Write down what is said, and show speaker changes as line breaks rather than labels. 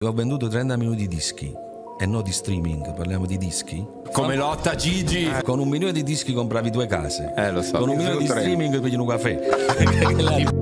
e ho venduto 30 milioni di dischi e no di streaming, parliamo di dischi.
Come lotta Gigi.
Eh, Con un milione di dischi compravi due case.
Eh, lo so. Eh,
Con un milione di streaming prendi un caffè.